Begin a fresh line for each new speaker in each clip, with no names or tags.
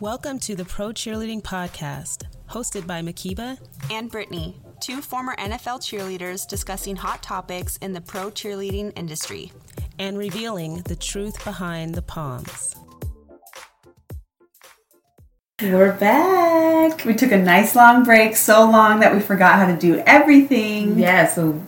Welcome to the Pro Cheerleading Podcast, hosted by Makiba
and Brittany, two former NFL cheerleaders discussing hot topics in the pro cheerleading industry
and revealing the truth behind the palms.
We're back. We took a nice long break, so long that we forgot how to do everything.
Yeah, so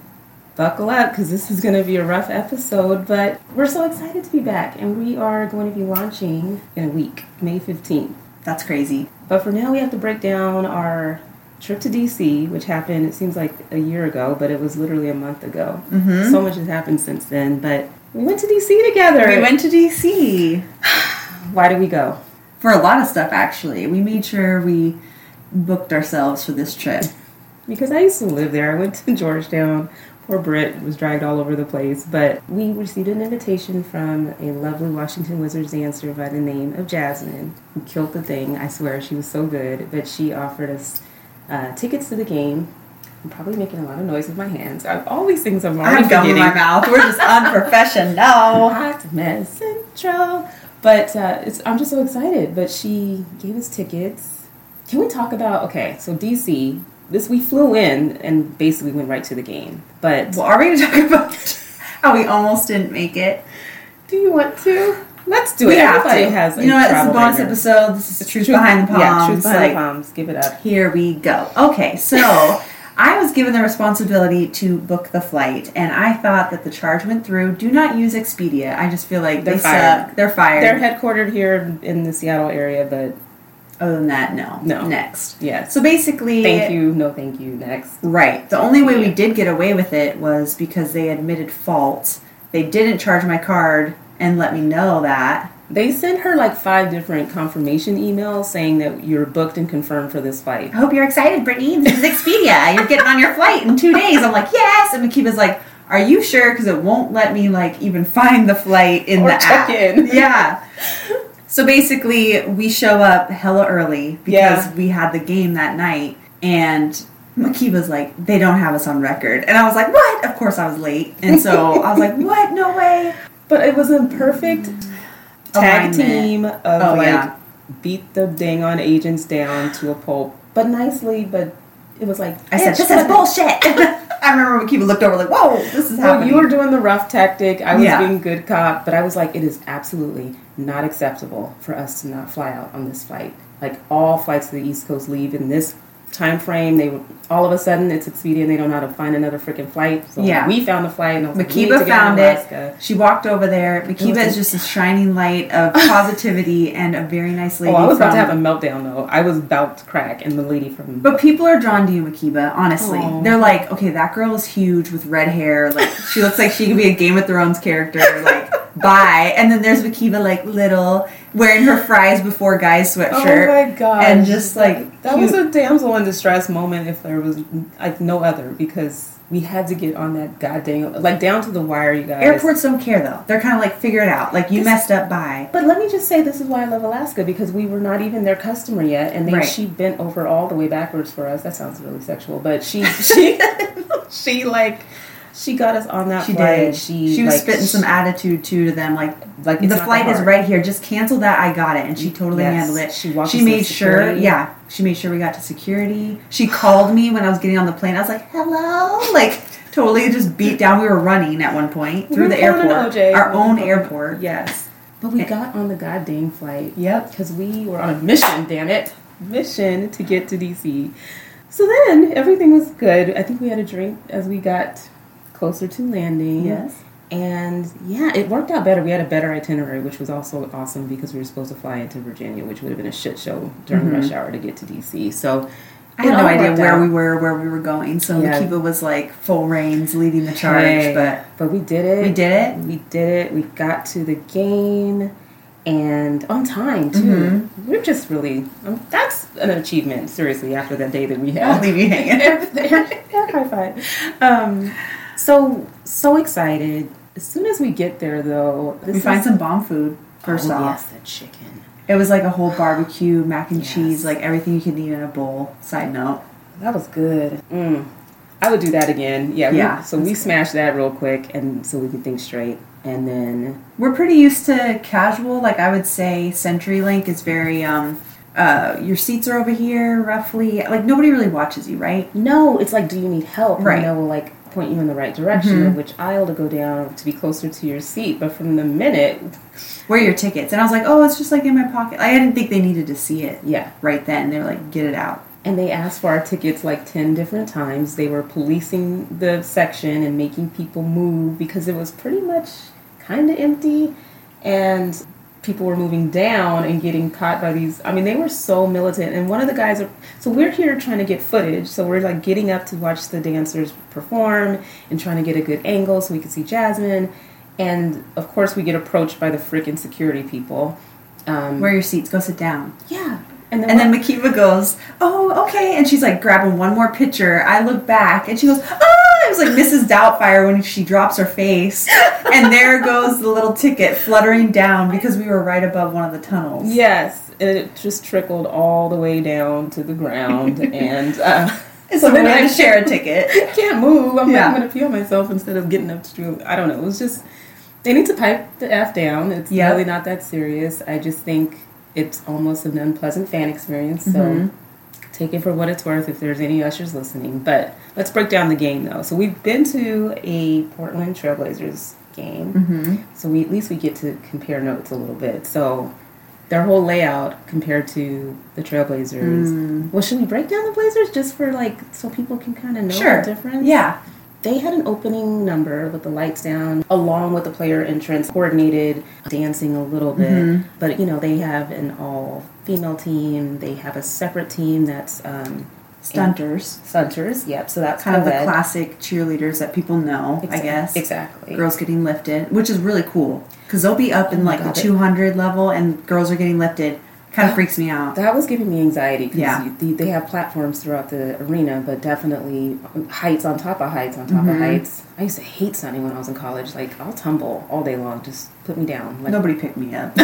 buckle up because this is going to be a rough episode, but we're so excited to be back and we are going to be launching in a week, May 15th.
That's crazy.
But for now, we have to break down our trip to DC, which happened, it seems like a year ago, but it was literally a month ago. Mm-hmm. So much has happened since then, but we went to DC together.
We went to DC
Why did we go?
for a lot of stuff, actually. We made sure we booked ourselves for this trip.
Because I used to live there. I went to Georgetown. Poor Brit was dragged all over the place. But we received an invitation from a lovely Washington Wizards dancer by the name of Jasmine, who killed the thing. I swear she was so good. But she offered us uh, tickets to the game. I'm probably making a lot of noise with my hands. I've all these things I'm already
I'm gum in
forgetting.
my mouth. We're just unprofessional.
Hot mess central. But uh, it's, I'm just so excited. But she gave us tickets. Can we talk about okay? So DC, this we flew in and basically went right to the game. But
Well, are we going to talk about how we almost didn't make it?
do you want to? Let's do it. Everybody has.
you know what? This is a
travel
bonus
nightmare.
episode. This is the truth, behind the palms.
Yeah, truth behind
like,
the palms. Give it up.
Here we go. Okay, so I was given the responsibility to book the flight, and I thought that the charge went through. Do not use Expedia. I just feel like
They're
they
fired.
suck. They're fired.
They're headquartered here in the Seattle area, but
Other than that, no.
No.
Next.
yes.
So basically,
thank you. No, thank you. Next.
Right. The only way we did get away with it was because they admitted fault. They didn't charge my card and let me know that.
They sent her like five different confirmation emails saying that you're booked and confirmed for this flight.
I hope you're excited, Brittany. This is Expedia. you're getting on your flight in two days. I'm like, yes. And Makiba's like, are you sure? Because it won't let me like even find the flight in
Or
the app.
check in.
Yeah. So basically, we show up hella early because
Yeah.
we had the game that night, and Makiba's like, they don't have us on record, and I was like, what? Of course, I was late, and so I was like, what? No way.
But it was a perfect tag
Alignment.
team of
Oh,
like
yeah.
beat the dang on agents down to a pulp, but nicely. But it was like
I said,
"Bitch,
this
what
is
the-
bullshit. I remember Makiba looked over like, whoa, this is
Well,
happening.
you were doing the rough tactic. I was
Yeah.
being good cop, but I was like, it is absolutely not acceptable for us to not fly out on this flight. Like all flights to the East Coast leave in this time frame. They all of a sudden it's expedient. They don't know how to find another freaking flight. So
Yeah.
we found the flight. And I was like, we need to
Makiba
get out of
found
Alaska.
it. She walked over there.
It was
Makiba is just a shining light of positivity and a very nice lady.
Oh, I was about to
from-
have a meltdown though. I was about to crack, and the lady from
But people are drawn to you, Makiba, honestly.
Aw.
They're like, okay, that girl is huge with red hair. Like, she looks like she could be a Game of Thrones character. Like, bye. And then there's Makiba, like, little, wearing her fries before guys sweatshirt.
Oh my god!
And just like,
that
cute.
was a damsel in distress moment, if there was like no other, because we had to get on that goddamn like down to the wire, you guys.
Airports don't care, though. They're kind of like, figure it out. Like, you messed up, bye.
But let me just say, this is why I love Alaska because we were not even their customer yet, and then
Right.
she bent over all the way backwards for us. That sounds really sexual, but she she she like she got us on that
She
flight.
did.
She
was
like,
spitting some attitude, too, to them. Like,
like it's
the
not
flight is
hard.
right here. Just cancel that. I got it. And she totally
Yes.
handled it.
She walked
She
us to
made sure.
security.
Yeah. She made sure we got to security. She called me when I was getting on the plane. I was like, "Hello!" Like totally just beat down. We were running at one point through
were
the
calling an
airport,
OJ.
our own airport.
Yes. But we got on the goddamn flight.
Yep.
Because we were on a mission, damn it. Mission to get to DC. So then everything was good. I think we had a drink as we got closer to landing.
Yes.
And yeah, it worked out better. We had a better itinerary, which was also awesome because we were supposed to fly into Virginia, which would have been a shit show during rush hour to get to DC. So
I
Mm-hmm.
had
it
no
all
idea
worked
where
out.
we were, where we were going. So
Yeah.
Makiba was like full reins, leading the charge.
Hey,
But
but we did it.
We did it.
We did it. We got to the game and on time too.
Mm-hmm.
We're just really um, that's an achievement seriously after that day that we
I'll
had.
leave you hanging.
High five. Um, so so excited. As soon as we get there though, this
we find
is-
some bomb food. First
oh,
off,
yes, the chicken.
it was like a whole barbecue, mac and
Yes.
cheese, like everything you could eat in a bowl. Side note.
That was good. Mm. I would do that again. Yeah. we-
Yeah,
so we smashed that real quick, and so we could think straight, and then
We're pretty used to casual. Like I would say, CenturyLink is very um, uh, your seats are over here, roughly. Like nobody really watches you, right?
No, it's like, do you need help?
Right.
And they will like point you in the right direction of which aisle to go down to be closer to your seat. But from the minute,
Where are your tickets? And I was like, oh, it's just like in my pocket. Like, I didn't think they needed to see it
yeah.
right then. They're like, get it out.
And they asked for our tickets like 10 different times. They were policing the section and making people move because it was pretty much kind of empty. And people were moving down and getting caught by these. I mean, they were so militant. And one of the guys, so we're here trying to get footage. So we're like getting up to watch the dancers perform and trying to get a good angle so we could see Jasmine. And of course, we get approached by the freaking security people. Um,
Where are your seats? Go sit down.
yeah. And then,
And then Makiva goes, "Oh, okay." And she's like grabbing one more picture. I look back, and she goes, "Ah!" It was like Mrs. Doubtfire when she drops her face, and there goes the little ticket fluttering down because we were right above one of the tunnels.
Yes, and it just trickled all the way down to the ground, and uh,
So we had
I
to share a ticket.
can't move. I'm
Yeah.
like, I'm gonna pee on myself instead of getting up to do. I don't know. It was just they need to pipe the f down. It's
Yeah.
really not that serious. I just think it's almost an unpleasant fan experience. So. Take it for what it's worth if there's any ushers listening. But let's break down the game though. So we've been to a Portland Trailblazers game.
Mm-hmm.
So we at least we get to compare notes a little bit. So their whole layout compared to the Trailblazers.
Mm.
Well, should we break down the Blazers just for like so people can kind of know
Sure.
the difference?
Yeah.
They had an opening number with the lights down, along with the player entrance, coordinated dancing a little bit.
Mm-hmm.
But you know, they have an all female team. They have a separate team that's um,
Stunters,
stunters. Yep. So that's
kind of the
co-ed.
classic cheerleaders that people know, I
Exac-
guess.
Exactly.
Girls getting lifted, which is really cool because they'll be up in like the
Oh God, they-
200 level, and girls are getting lifted. Kind of freaks me out.
That was giving me anxiety because
Yeah.
they, they have platforms throughout the arena, but definitely heights on top of heights on top
Mm-hmm.
of heights. I used to hate sunning when I was in college. Like I'll tumble all day long, just put me down. Like,
Nobody picked me up.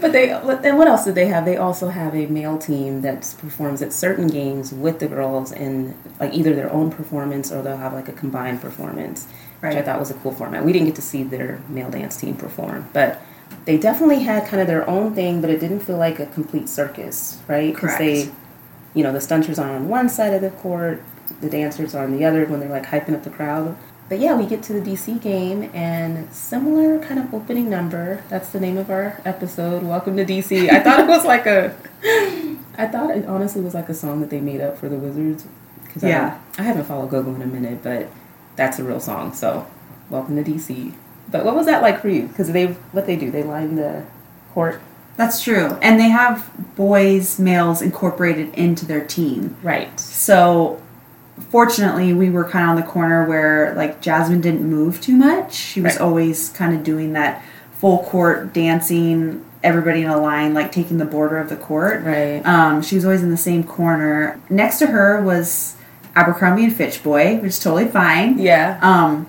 But they and what else did they have? They also have a male team that performs at certain games with the girls in like either their own performance or they'll have like a combined performance, which
Right.
I thought was a cool format. We didn't get to see their male dance team perform, but they definitely had kind of their own thing, but it didn't feel like a complete circus, right?
Correct.
they, you know, the stunters are on one side of the court, the dancers are on the other when they're like hyping up the crowd. But yeah, we get to the DC game and similar kind of opening number. That's the name of our episode. Welcome to DC. I thought it was like a, I thought it honestly was like a song that they made up for the Wizards. Cause
Yeah.
I, I haven't followed Gogo in a minute, but that's a real song. So welcome to DC. But what was that like for you? Because they, what they do, they line the court.
That's true. And they have boys, males incorporated into their team.
Right.
So fortunately, we were kind of on the corner where like Jasmine didn't move too much. She was
Right.
always kind of doing that full court dancing, everybody in a line, like taking the border of the court.
Right.
Um, she was always in the same corner. Next to her was Abercrombie and Fitch Boy, which is totally fine.
Yeah.
Um,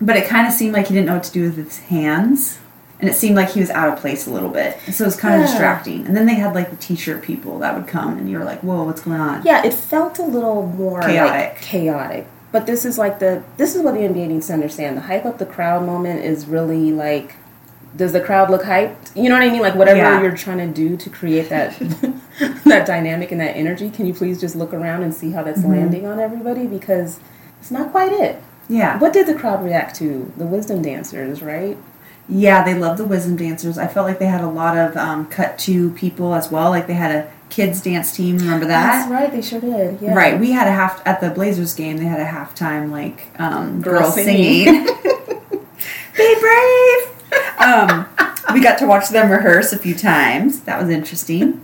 but it kind of seemed like he didn't know what to do with his hands, and it seemed like he was out of place a little bit. So it was kind of
Yeah.
distracting. And then they had like the t-shirt people that would come, and you were like, "Whoa, what's going on?"
Yeah, it felt a little more
Chaotic.
like chaotic. But this is like the this is what the NBA needs to understand. The hype up the crowd moment is really like does the crowd look hyped? You know what I mean? Like whatever
Yeah.
you're trying to do to create that that dynamic and that energy, can you please just look around and see how that's
Mm-hmm.
landing on everybody because it's not quite it.
Yeah,
What did the crowd react to? The wisdom dancers, right?
yeah. They loved the wisdom dancers. I felt like they had a lot of um, cut to people as well. Like they had a kids dance team. Remember that?
That's right, they sure did. Yeah.
Right, we had a half at the Blazers game. They had a halftime like um, girl,
Girl
singing.
singing.
Be brave. Um, we got to watch them rehearse a few times. That was interesting.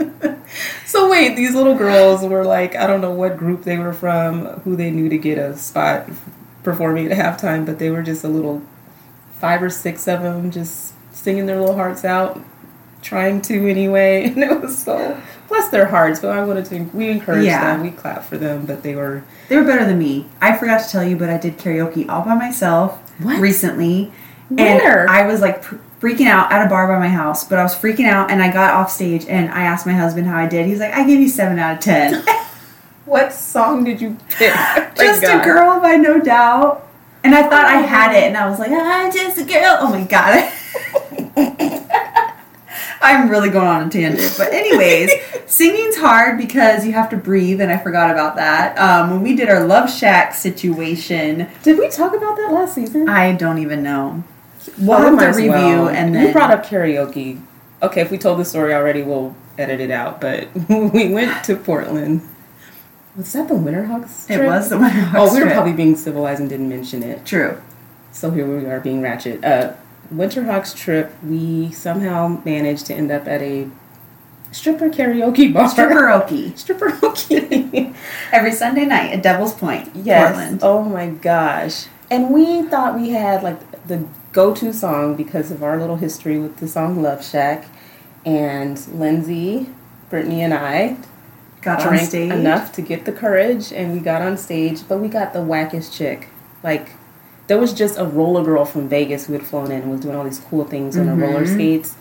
So wait, these little girls were like, I don't know what group they were from, who they knew to get a spot performing at halftime, but they were just a little five or six of them just singing their little hearts out, trying to anyway, and it was so bless their hearts. But I wanted to we encourage
Yeah.
them, we clap for them, but they were
They were better than me. I forgot to tell you, but I did karaoke all by myself
What?
recently.
Where?
And I was like pr- freaking out at a bar by my house, but I was freaking out and I got off stage and I asked my husband how I did. He's like, I give you 7 out of 10.
what song did you pick? Oh My
just
God.
a girl by no doubt. And I thought I "Ah, Oh had it and I was like, I'm just a girl. Oh my god. I I'm really going on a tangent. But, anyways, singing's hard because you have to breathe, and I forgot about that. Um, when we did our Love Shack situation,
Did we talk about that last season?
I don't even know. We'll have
might
to
as
review
well.
and
you
then.
brought up karaoke. Okay, if we told the story already, we'll edit it out. But we went to Portland. Was that the Winterhawks?
it
trip?
was the Winter Hawks
Oh, we were
trip.
probably being civilized and didn't mention it.
True.
So here we are being ratchet. Uh, Winterhawks trip. We somehow managed to end up at a stripper karaoke bar.
Stripperoki.
stripper karaoke.
Every Sunday night at Devil's Point,
Yes.
Portland.
Oh my gosh. And we thought we had like the go to song because of our little history with the song Love Shack. And Lindsay, Brittany, and I
Got
drank
on stage.
enough to get the courage and we got on stage, but we got the wackest chick. Like, there was just a roller girl from Vegas who had flown in and was doing all these cool things
Mm-hmm.
on her roller skates.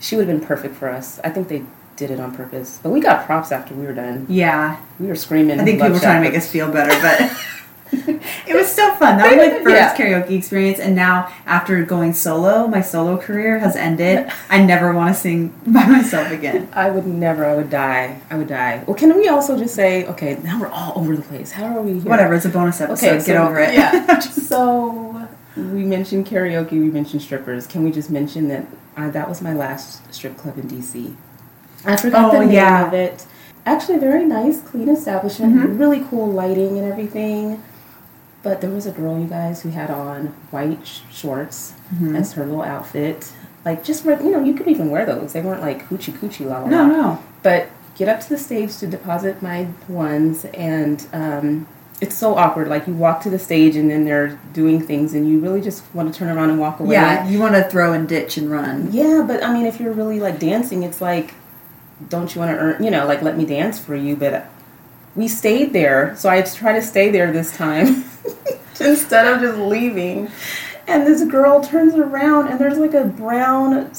She would have been perfect for us. I think they did it on purpose. But we got props after we were done.
Yeah.
We were screaming.
I think
Love
people were trying to
Shack.
make us feel better, but it was so fun. That was my first
Yeah.
karaoke experience, and now after going solo, my solo career has ended. I never want to sing by myself again.
I would never. I would die. I would die. Well, can we also just say, okay, now we're all over the place. How are we here?
Whatever, it's a bonus episode.
Okay,
Get
so-
over it.
Yeah. so we mentioned karaoke. We mentioned strippers. Can we just mention that uh, that was my last strip club in DC? I forgot
Oh,
the name
yeah.
of it. Actually, very nice, clean establishment. Really cool lighting and everything. But there was a girl, you guys, who had on white sh- shorts as her little outfit. Like, just, re- you know, you could even wear those. They weren't like hoochie coochie la la la.
No, no.
But get up to the stage to deposit my ones, and um, it's so awkward. Like you walk to the stage, and then they're doing things, and you really just want to turn around and walk away.
Yeah, you want to throw and ditch and run.
Yeah, but I mean, if you're really like dancing, it's like, don't you want to earn? You know, like let me dance for you. But we stayed there, so I try to stay there this time instead of just leaving. And this girl turns around, and there's like a brown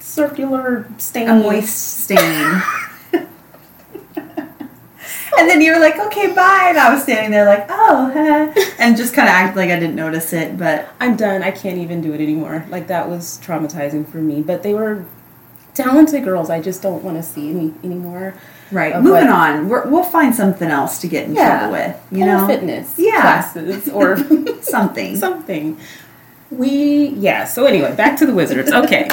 circular stain.
A moist stain. and then you were like, okay, bye. And I was standing there like, oh, huh," and just kind of acted like I didn't notice it, but
I'm done. I can't even do it anymore. Like that was traumatizing for me. But they were talented girls. I just don't want to see any anymore.
right.
Of
Moving
what-
on. We're, we'll find something else to get in
Yeah.
trouble with, you
Or
know?
fitness
Yeah.
classes or
Something.
something. We yeah. So anyway, back to the wizards. Okay.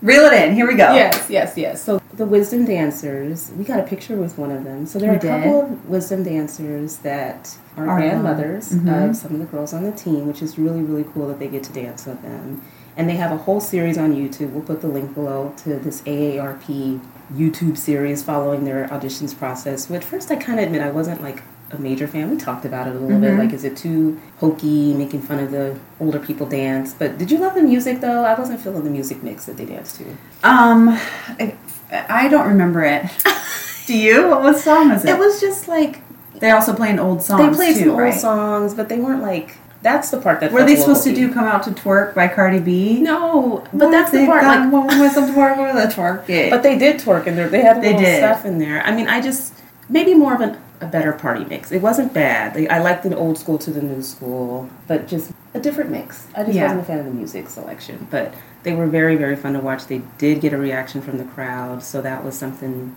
Reel it in. Here we go.
yes, yes, yes. So the wisdom dancers. We got a picture with one of them. So there are
We
a
did.
couple of wisdom dancers that are
Are Mm-hmm.
grandmothers of some of the girls on the team, which is really really cool that they get to dance with them. And they have a whole series on YouTube. We'll put the link below to this AARP YouTube series following their auditions process. Which first I kind of admit I wasn't like a major fan. We talked about it a little
Mm-hmm.
bit. Like, is it too hokey, making fun of the older people dance? But did you love the music though? I wasn't feeling the music mix that they danced to.
Um, I, I don't remember it. Do you? What was song was it?
It was just like
They also played old songs.
they played
too,
some old
right?
songs, but they weren't like that's the part that
Were
felt
they
a little
supposed to
hokey.
do "Come Out to Twerk" by Cardi B?
No, but that's the part. Like,
one with some twerk, one with a twerk it.
but they did twerk in there. They had
They
little
did.
stuff in there. I mean, I just maybe more of an, a better party mix. It wasn't bad. Like, I liked the old school to the new school, but just a different mix. I just
Yeah.
wasn't a fan of the music selection, but they were very very fun to watch. They did get a reaction from the crowd, so that was something.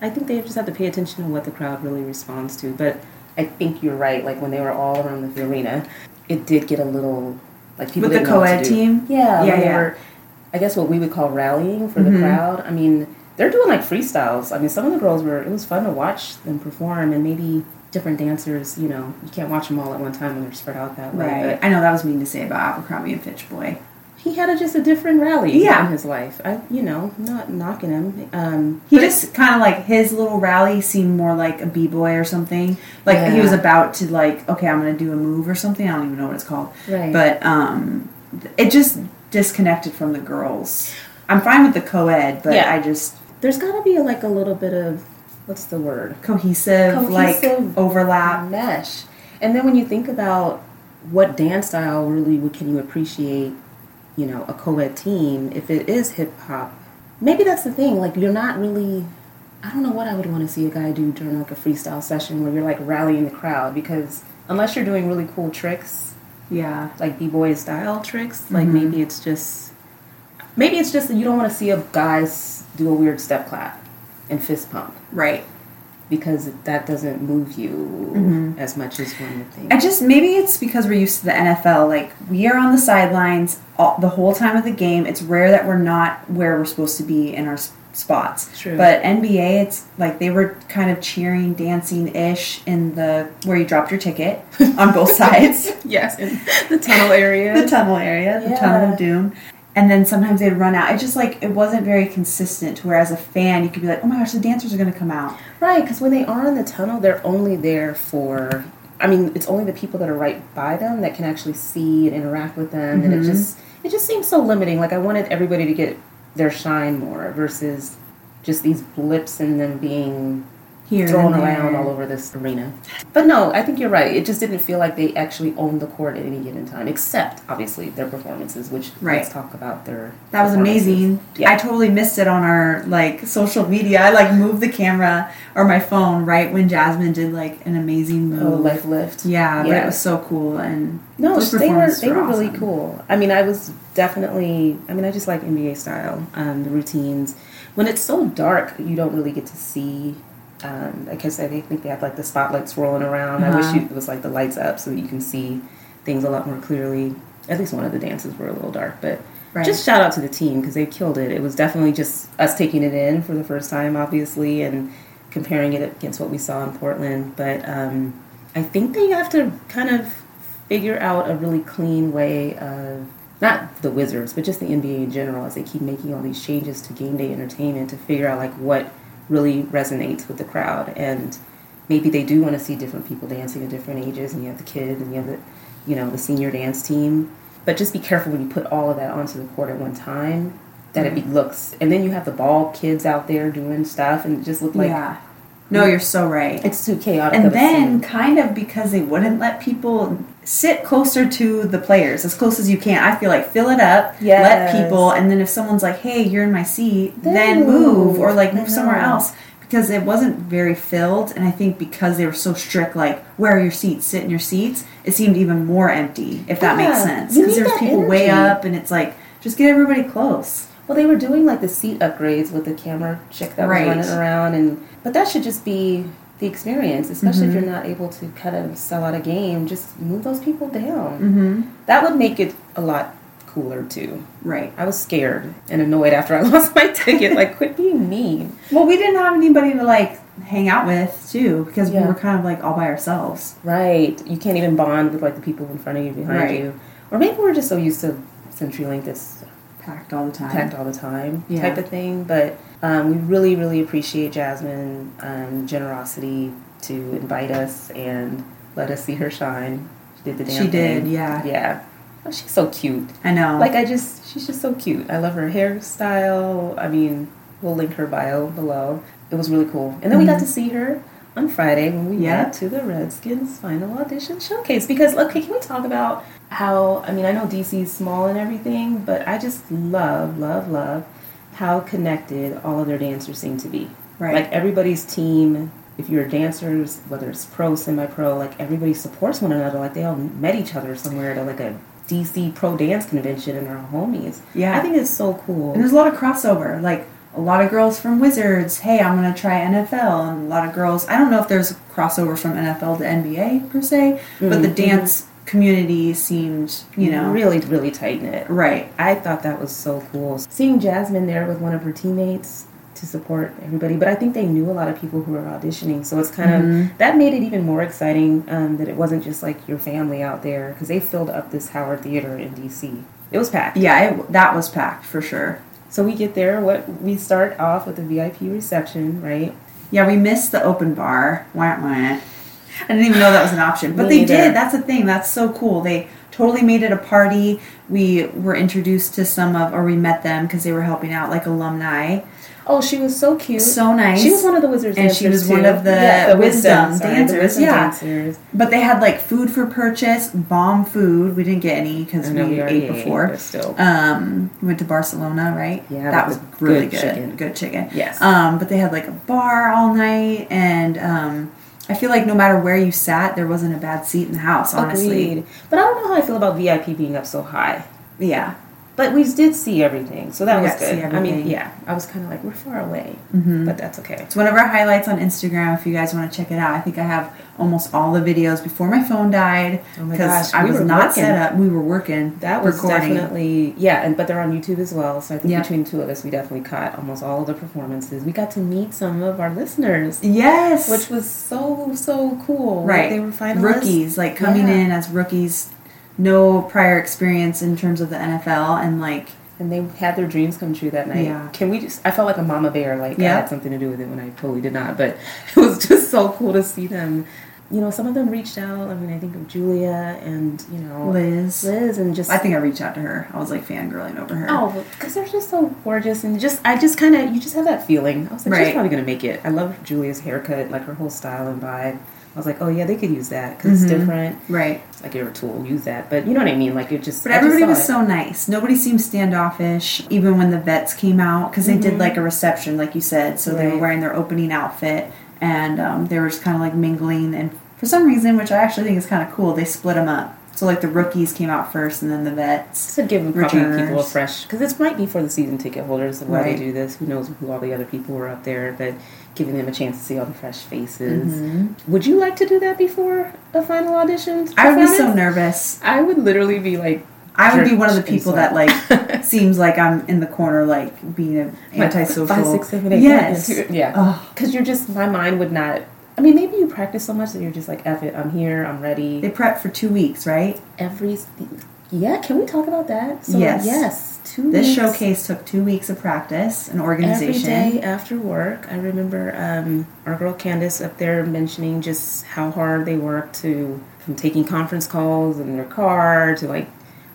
I think they just have to pay attention to what the crowd really responds to. But I think you're right. Like when they were all around the arena, it did get a little like people
With the
didn't know what to
co-ed
do.
team?
Yeah,
Yeah,
when they
yeah.
were- I guess what we would call rallying for
Mm-hmm.
the crowd. I mean, they're doing like freestyles. I mean, some of the girls were. It was fun to watch them perform, and maybe different dancers. You know, you can't watch them all at one time when they're spread out that way.
right.
But
I know that was mean to say about Abercrombie and Fitch Boy.
he had a, just a different rally
Yeah.
in his life. I, you know, not knocking him. Um,
He
but
just kind of like his little rally seemed more like a b boy or something. Like he
Yeah.
was about to like, okay, I'm gonna do a move or something. I don't even know what it's called.
Right.
But um, it just disconnected from the girls. I'm fine with the co-ed, but
Yeah.
I just
there's got to be like a little bit of what's the word?
cohesive, like
Cohesive.
overlap.
mesh. And then when you think about what dance style really would- can you appreciate, you know, a co-ed team if it is hip hop, maybe that's the thing. Like you're not really. I don't know what I would want to see a guy do during like a freestyle session where you're like rallying the crowd because unless you're doing really cool tricks
Yeah.
like b-boy style tricks like maybe it's just Maybe it's just that you don't want to see a guy s- do a weird step clap and fist pump
Right.
because that doesn't move you as much as one would think.
I just maybe it's because we're used to the NFL. Like we are on the sidelines all, the whole time of the game. It's rare that we're not where we're supposed to be in our s- spots.
True.
But NBA, it's like they were kind of cheering, dancing ish in the where you dropped your ticket on both sides,
yes, in the tunnel area.
the tunnel area, the tunnel
Yeah.
of doom. And then sometimes they'd run out. It just like it wasn't very consistent. To where as a fan, you could be like, "Oh my gosh, the dancers are going to come out."
Right, because when they are in the tunnel, they're only there for. I mean, it's only the people that are right by them that can actually see and interact with them, and it just it just seems so limiting. Like I wanted everybody to get their shine more versus just these blips and them being
Here,
thrown
and there.
around all over this arena. But no, I think you're right. It just didn't feel like they actually owned the court at any given time, except obviously their performances, which
Right.
let's talk about their.
That was
performances.
amazing.
Yeah.
I totally missed it on our like social media. I like moved the camera or my phone right when Jasmine did like an amazing move.
Oh, life lift.
yeah, but it was so cool and
No,
those
they were
performances
they were really
awesome.
cool. I mean, I was definitely. I mean, I just like NBA style, um, the routines. When it's so dark, you don't really get to see. Um, I guess I think they have like the spotlights rolling around. I wish
Uh-huh.
you, it was like the lights up so that you can see things a lot more clearly. At least one of the dances were a little dark, but
Right.
just shout out to the team because they killed it. It was definitely just us taking it in for the first time, obviously, and comparing it against what we saw in Portland. But um, I think they have to kind of figure out a really clean way of not the Wizards, but just the NBA in general, as they keep making all these changes to game day entertainment to figure out like what really resonates with the crowd and maybe they do want to see different people dancing at different ages and you have the kids and you have the you know the senior dance team but just be careful when you put all of that onto the court at one time that it
Mm-hmm.
be looks and then you have the ball kids out there doing stuff and it just look like
yeah. No, you're so right.
it's too chaotic of
and
a
then
scene.
kind of because they wouldn't let people sit closer to the players as close as you can i feel like fill it up
Yes.
let people and then if someone's like hey you're in my seat then,
Then
move,
move.
or like
I
move somewhere
know.
else because it wasn't very filled and i think because they were so strict like where are your seats sit in your seats it seemed even more empty if that makes
Yeah.
sense
You
because
need
there was
that
people way
energy.
up and it's like just get everybody close
well they were doing like the seat upgrades with the camera chick that
Right.
was running around and but that should just be the experience especially
Mm-hmm.
if you're not able to kind of sell out a game just move those people down
mm-hmm.
that would make it a lot cooler too
right
I was scared and annoyed after I lost my ticket. Like, quit being mean.
well we didn't have anybody to like hang out with too because we
Yeah.
were kind of like all by ourselves
Right. You can't even bond with like the people in front of you, behind
Right.
you. Or maybe we're just so used to CenturyLink that's
packed all the time.
packed all the time
Yeah.
type of thing. But um, we really, really appreciate Jasmine um, generosity to invite us and let us see her shine. She did the damn
She did,
thing.
yeah.
Yeah. Oh, she's so cute.
I know.
Like I just, she's just so cute. I love her hairstyle. I mean, we'll link her bio below. It was really cool, and then we got to see her on Friday when we
Yeah.
went to the Redskins final audition showcase. Because okay, can we talk about how? I mean, I know DC's small and everything, but I just love, love, love how connected all of their dancers seem to be.
Right.
Like everybody's team. If you're dancers, whether it's pro, semi-pro, like everybody supports one another. Like they all met each other somewhere at like a DC pro dance convention and are homies.
Yeah.
I think it's so cool.
and there's a lot of crossover. Like a lot of girls from Wizards, hey, I'm gonna try NFL, and a lot of girls. I don't know if there's crossover from NFL to NBA per se, but the dance community seemed, you know,
Mm-hmm. really, really tight knit.
right.
I thought that was so cool. Seeing Jasmine there with one of her teammates to support everybody, but I think they knew a lot of people who were auditioning, so it's kind
Mm-hmm.
of that made it even more exciting um, that it wasn't just like your family out there because they filled up this Howard Theater in DC. It was packed.
Yeah, it, that was packed for sure.
So we get there. What we start off with the VIP reception, right?
Yeah, we missed the open bar. Wah, wah. I didn't even know that was an option, but
Me
they
neither.
did. That's the thing. That's so cool. They totally made it a party. We were introduced to some of, or we met them because they were helping out, like alumni.
Oh, she was so cute.
So nice.
She was one of the wizards,
And she
dancers,
was one
too.
of the wisdom
sorry, the
dancers,
wisdom
yeah.
dancers.
But they had like food for purchase, bomb food. We didn't get any because
I know
we,
we already
ate
ate,
before.
but still.
um, we went to Barcelona, right?
Yeah,
that was
with the
really good.
good chicken.
Good chicken.
Yes.
Um, but they had like a bar all night, and um, I feel like no matter where you sat, there wasn't Um, a bad seat in the house. Honestly,
Agreed. But I don't know how I feel about VIP being up so high.
yeah.
But we did see everything, so that
We
was
got to see
good. I mean,
everything. Mm-hmm.
yeah, I was kind of like, we're far away, but that's okay.
It's one of our highlights on Instagram. If you guys want to check it out, I think I have almost all the videos before my phone died
Oh my
because
gosh,
I
we
was
were
not
working.
set up. We were working.
That was
recording.
definitely yeah, and but they're on YouTube as well. So I think
Yeah.
between the two of us, we definitely caught almost all of the performances. We got to meet some of our listeners,
yes,
which was so so cool. Like,
right.
they were finalists.
rookies, like coming
Yeah.
in as rookies, no prior experience in terms of the NFL, and like
and they had their dreams come true that night.
Yeah.
Can we just? I felt like a mama bear. Like I
Yeah.
had something to do with it when I totally did not. But it was just so cool to see them. You know, some of them reached out. I mean, I think of Julia and you know
Liz.
Liz, and just
I think I reached out to her. I was like fangirling over her.
Oh, because they're just so gorgeous, and just I just kind of you just have that feeling. I was like,
Right.
she's probably gonna make it. I love Julia's haircut, like her whole style and vibe. I was like, oh yeah, they could use that because
Mm-hmm.
it's different.
right.
Like give her a tool, use that, but you know what I mean. Like it just.
But
I just
everybody
saw
was
it.
so nice. Nobody seemed standoffish, even when the vets came out, because they did like a reception, like you said. So they were
Mm-hmm. Right.
wearing their opening outfit, and um, they were just kind of like mingling. And for some reason, which I actually think is kind of cool, they split them up. So like the rookies came out first, and then the vets.
This would give them probably people a
Returners.
fresh because this might be for the season ticket holders of why
Right.
they do this. Who knows who all the other people were up there, but giving them a chance to see all the fresh faces. Would you like to do that before a final audition?
Mm-hmm. I would be so
performance?
nervous.
I would literally be like,
I would be one of the
drenched in
people that
sweat.
like seems like I'm in the corner, like being an
Like,
antisocial.
Five, six, seven, eight.
Yes.
one, two, Yeah.
Ugh.
Because you're just, my mind would not. I mean, maybe you practice so much that you're just like, F it, I'm here, I'm
They
ready.
prep for two weeks, right?
Every. Yeah, can we talk about that? So,
Yes.
Yes. Two
This
weeks,
showcase took two weeks of practice and
Every
organization.
day after work, I remember um, our girl Candace up there mentioning just how hard they work to, from taking conference calls in their car to like,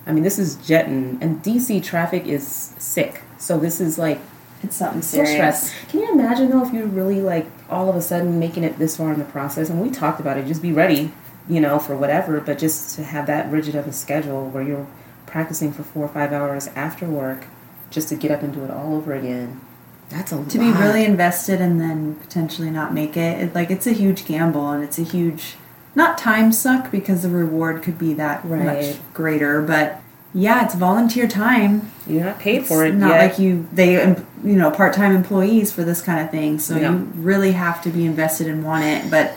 I mean, this is jetting, and DC traffic is sick. So, this is like
It's something
so
serious.
stressed. Can you imagine though if you're really like all of a sudden making it this far in the process? And we talked about it. Just be ready, you know, for whatever. But just to have that rigid of a schedule where you're practicing for four or five hours after work, just to get up and do it all over again. That's a
to be
lot.
really invested and then potentially not make it, it like it's a huge gamble and it's a huge not time suck because the reward could be that
Right.
much greater but yeah it's volunteer time
you're not paid for it
it's not
yet.
like you they em- you know part-time employees for this kind of thing so
No.
you really have to be invested and want it but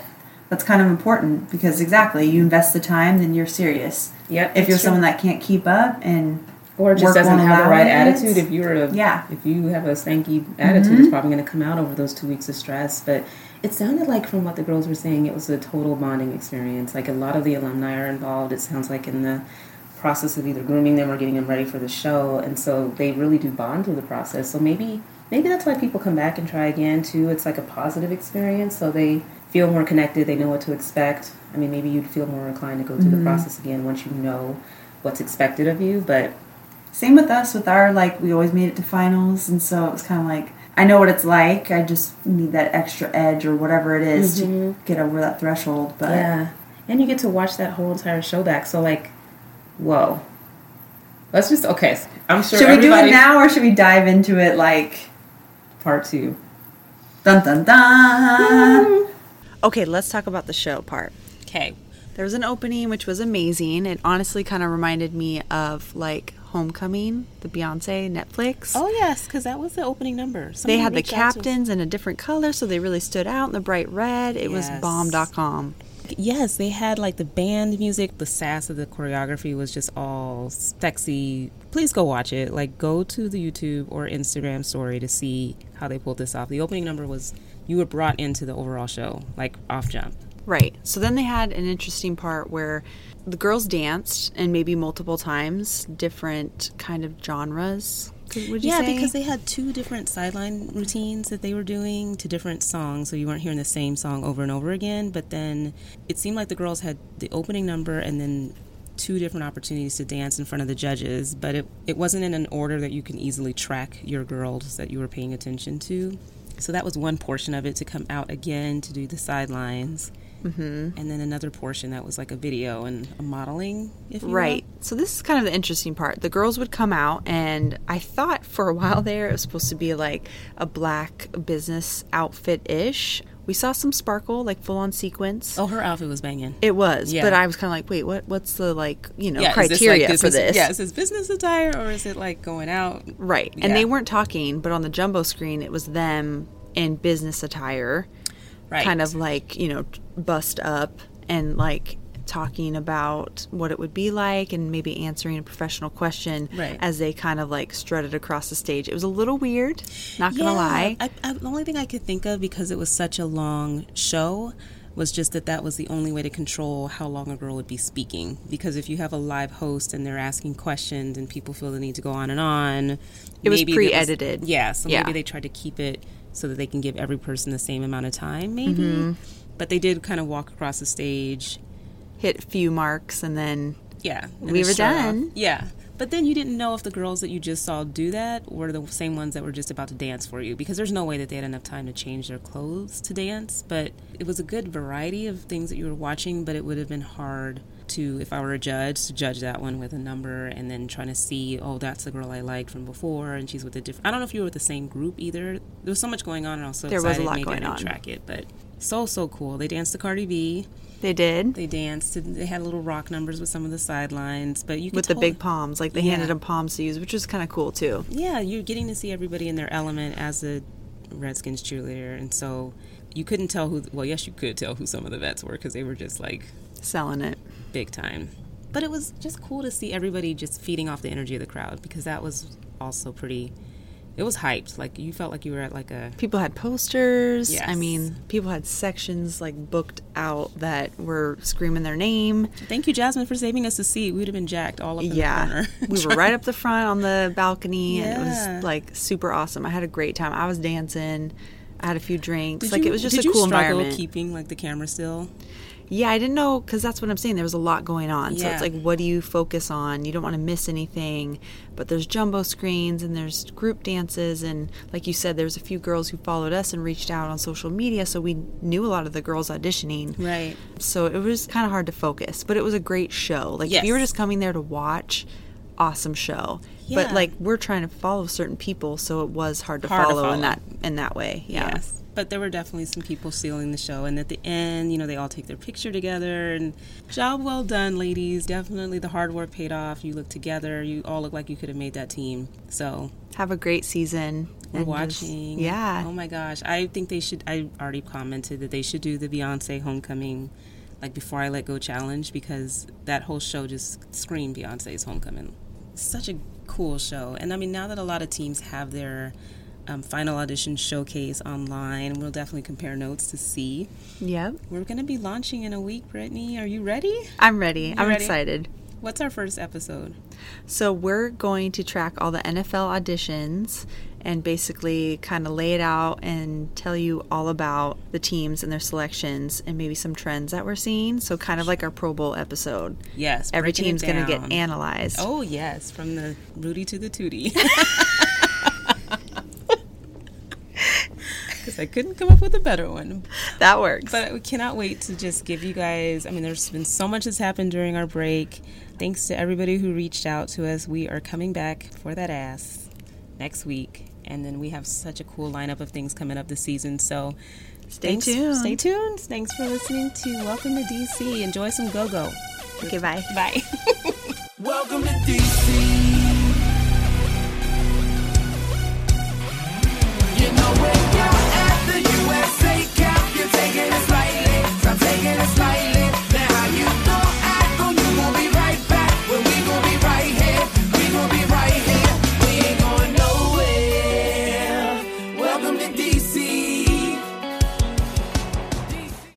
that's kind of important because exactly you invest the time then you're serious
Yep,
if you're
that's true.
someone that can't keep up and
or just
work
doesn't
won't
have the
allow
right
it.
attitude. If you're a
Yeah. Mm-hmm.
if you have a stanky attitude, it's probably going to come out over those two weeks of stress. But it sounded like from what the girls were saying, it was a total bonding experience. Like a lot of the alumni are involved. It sounds like in the process of either grooming them or getting them ready for the show, and so they really do bond through the process. So maybe maybe that's why people come back and try again too. It's like a positive experience, so they feel more connected. They know what to expect. I mean, maybe you'd feel more inclined to go through
Mm-hmm.
the process again once you know what's expected of you, but
Same with us with our like we always made it to finals and so it was kind of like I know what it's like. I just need that extra edge or whatever it is to get over that threshold. But
Mm-hmm. Yeah. And you get to watch that whole entire show back. So like, whoa. Let's just okay. so I'm sure
should we do it
everybody-
now or should we dive into it like
Part two.
dun dun dun?
Okay, let's talk about the show part.
Okay.
There was an opening which was amazing. It honestly kind of reminded me of like Homecoming, the Beyonce Netflix.
Oh yes, because that was the opening number.
they
Somebody
had the
reached out to us.
captains in a different color, so they really stood out in the bright red. It was
Yes.
bomb.com.
Yes, they had like the band music, the sass of the choreography was just all sexy. Please go watch it. Like, go to the YouTube or Instagram story to see how they pulled this off. The opening number was you were brought into the overall show, like off jump.
Right. So then they had an interesting part where the girls danced and maybe multiple times, different kind of genres. could- Would you
Yeah,
say?
because they had two different sideline routines that they were doing to different songs, so you weren't hearing the same song over and over again. But then it seemed like the girls had the opening number and then two different opportunities to dance in front of the judges, but it, it wasn't in an order that you can easily track your girls that you were paying attention to. So that was one portion of it to come out again to do the sidelines.
Mm-hmm.
and then another portion that was like a video and a modeling, if you will.
Right. So this is kind of the interesting part. The girls would come out, and I thought for a while there it was supposed to be like a black business outfit ish. We saw some sparkle, like full on sequence.
Oh, her outfit was banging.
It was,
Yeah.
but I was kind of like, wait, what? What's the like, you know,
is this,
criteria
like,
for this?
Yeah, is this business attire or is it like going out?
Right. And
Yeah.
they weren't talking, but on the jumbo screen, it was them in business attire,
Right.
kind of like, you know, bust up and like talking about what it would be like and maybe answering a professional question
Right.
as they kind of like strutted across the stage. It was a little weird, not
Yeah,
going to lie.
I, I, the only thing I could think of because it was such a long show was just that that was the only way to control how long a girl would be speaking. Because if you have a live host and they're asking questions and people feel the need to go on and on,
It was
maybe that
pre-edited.
yeah, so
Yeah.
maybe they tried to keep it so that they can give every person the same amount of
Mm-hmm.
time, maybe. But they did kind of walk across the stage
Hit a few marks and then
yeah. and
We
they
were
start off-
done.
Yeah. But then you didn't know if the girls that you just saw do that were the same ones that were just about to dance for you because there's no way that they had enough time to change their clothes to dance. But it was a good variety of things that you were watching, but it would have been hard to, if I were a judge, to judge that one with a number and then trying to see, oh, that's the girl I liked from before and she's with a different. I don't know if you were with the same group either. There was so much going on and also
There was a lot
maybe
going
I didn't
on.
track it, but so, so cool. They danced to Cardi B.
they did
They danced. And they had little rock numbers with some of the sidelines, but you could
with the
tell-
big palms. Like they handed
Yeah.
them palms to use, which was kind of cool too.
Yeah, you're getting to see everybody in their element as a Redskins cheerleader, and so you couldn't tell who. Well, yes, you could tell who some of the vets were because they were just like
Selling it.
big time. But it was just cool to see everybody just feeding off the energy of the crowd because that was also pretty. It was hyped. Like you felt like you were at like a
people had posters. I
Yes.
mean, people had sections like booked out that were screaming their name.
thank you, Jasmine, for saving us a seat. We'd have been jacked all up in the
Yeah.
corner.
we were right up the front on the balcony and it
Yeah.
was like super awesome. I had a great time. I was dancing. I had a few drinks.
Did
like
you-
it was just
did
a
you
cool
struggle
environment.
Keeping like the camera still.
yeah, I didn't know cuz that's what I'm saying. There was a lot going on. So
Yeah.
it's like what do you focus on? You don't want to miss anything. But there's jumbo screens and there's group dances and like you said there's a few girls who followed us and reached out on social media so we knew a lot of the girls auditioning.
Right.
So it was kind of hard to focus, but it was a great show. Like if you were
Yes.
just coming there to watch, awesome show. But
Yeah.
like we're trying to follow certain people, so it was hard to,
Hard to
follow, in
follow.
that in that way. Yeah.
Yes. But there were definitely some people stealing the show. And at the end, you know, they all take their picture together. And job well done, ladies. Definitely the hard work paid off. You look together. You all look like you could have made that team. So
Have a great season.
we're
and just-
watching.
yeah.
Oh my gosh. I think they should, I already commented that they should do the Beyonce homecoming, like before I let go challenge, because that whole show just screamed Beyonce's homecoming. Such a cool show. And I mean, now that a lot of teams have their. Um, final audition showcase online. We'll definitely compare notes to see.
Yep.
We're going to be launching in a week, Brittany. Are you ready?
I'm ready. I'm
ready?
excited.
What's our first episode?
So we're going to track all the NFL auditions and basically kind of lay it out and tell you all about the teams and their selections and maybe some trends that we're seeing. So kind of like our Pro Bowl episode.
Yes,
Every
breaking it
team's going to get
down.
analyzed.
Oh, yes, from the Rudy to the Tootie. Because I couldn't come up with a better one.
That works.
But we cannot wait to just give you guys. I mean, there's been so much that's happened during our break. Thanks to everybody who reached out to us. We are coming back for that ass next week. And then we have such a cool lineup of things coming up this season. So
Stay
thanks-
tuned.
Stay tuned. Thanks for listening to Welcome to DC. Enjoy some go go.
okay, bye.
Bye.
Welcome to DC. oh,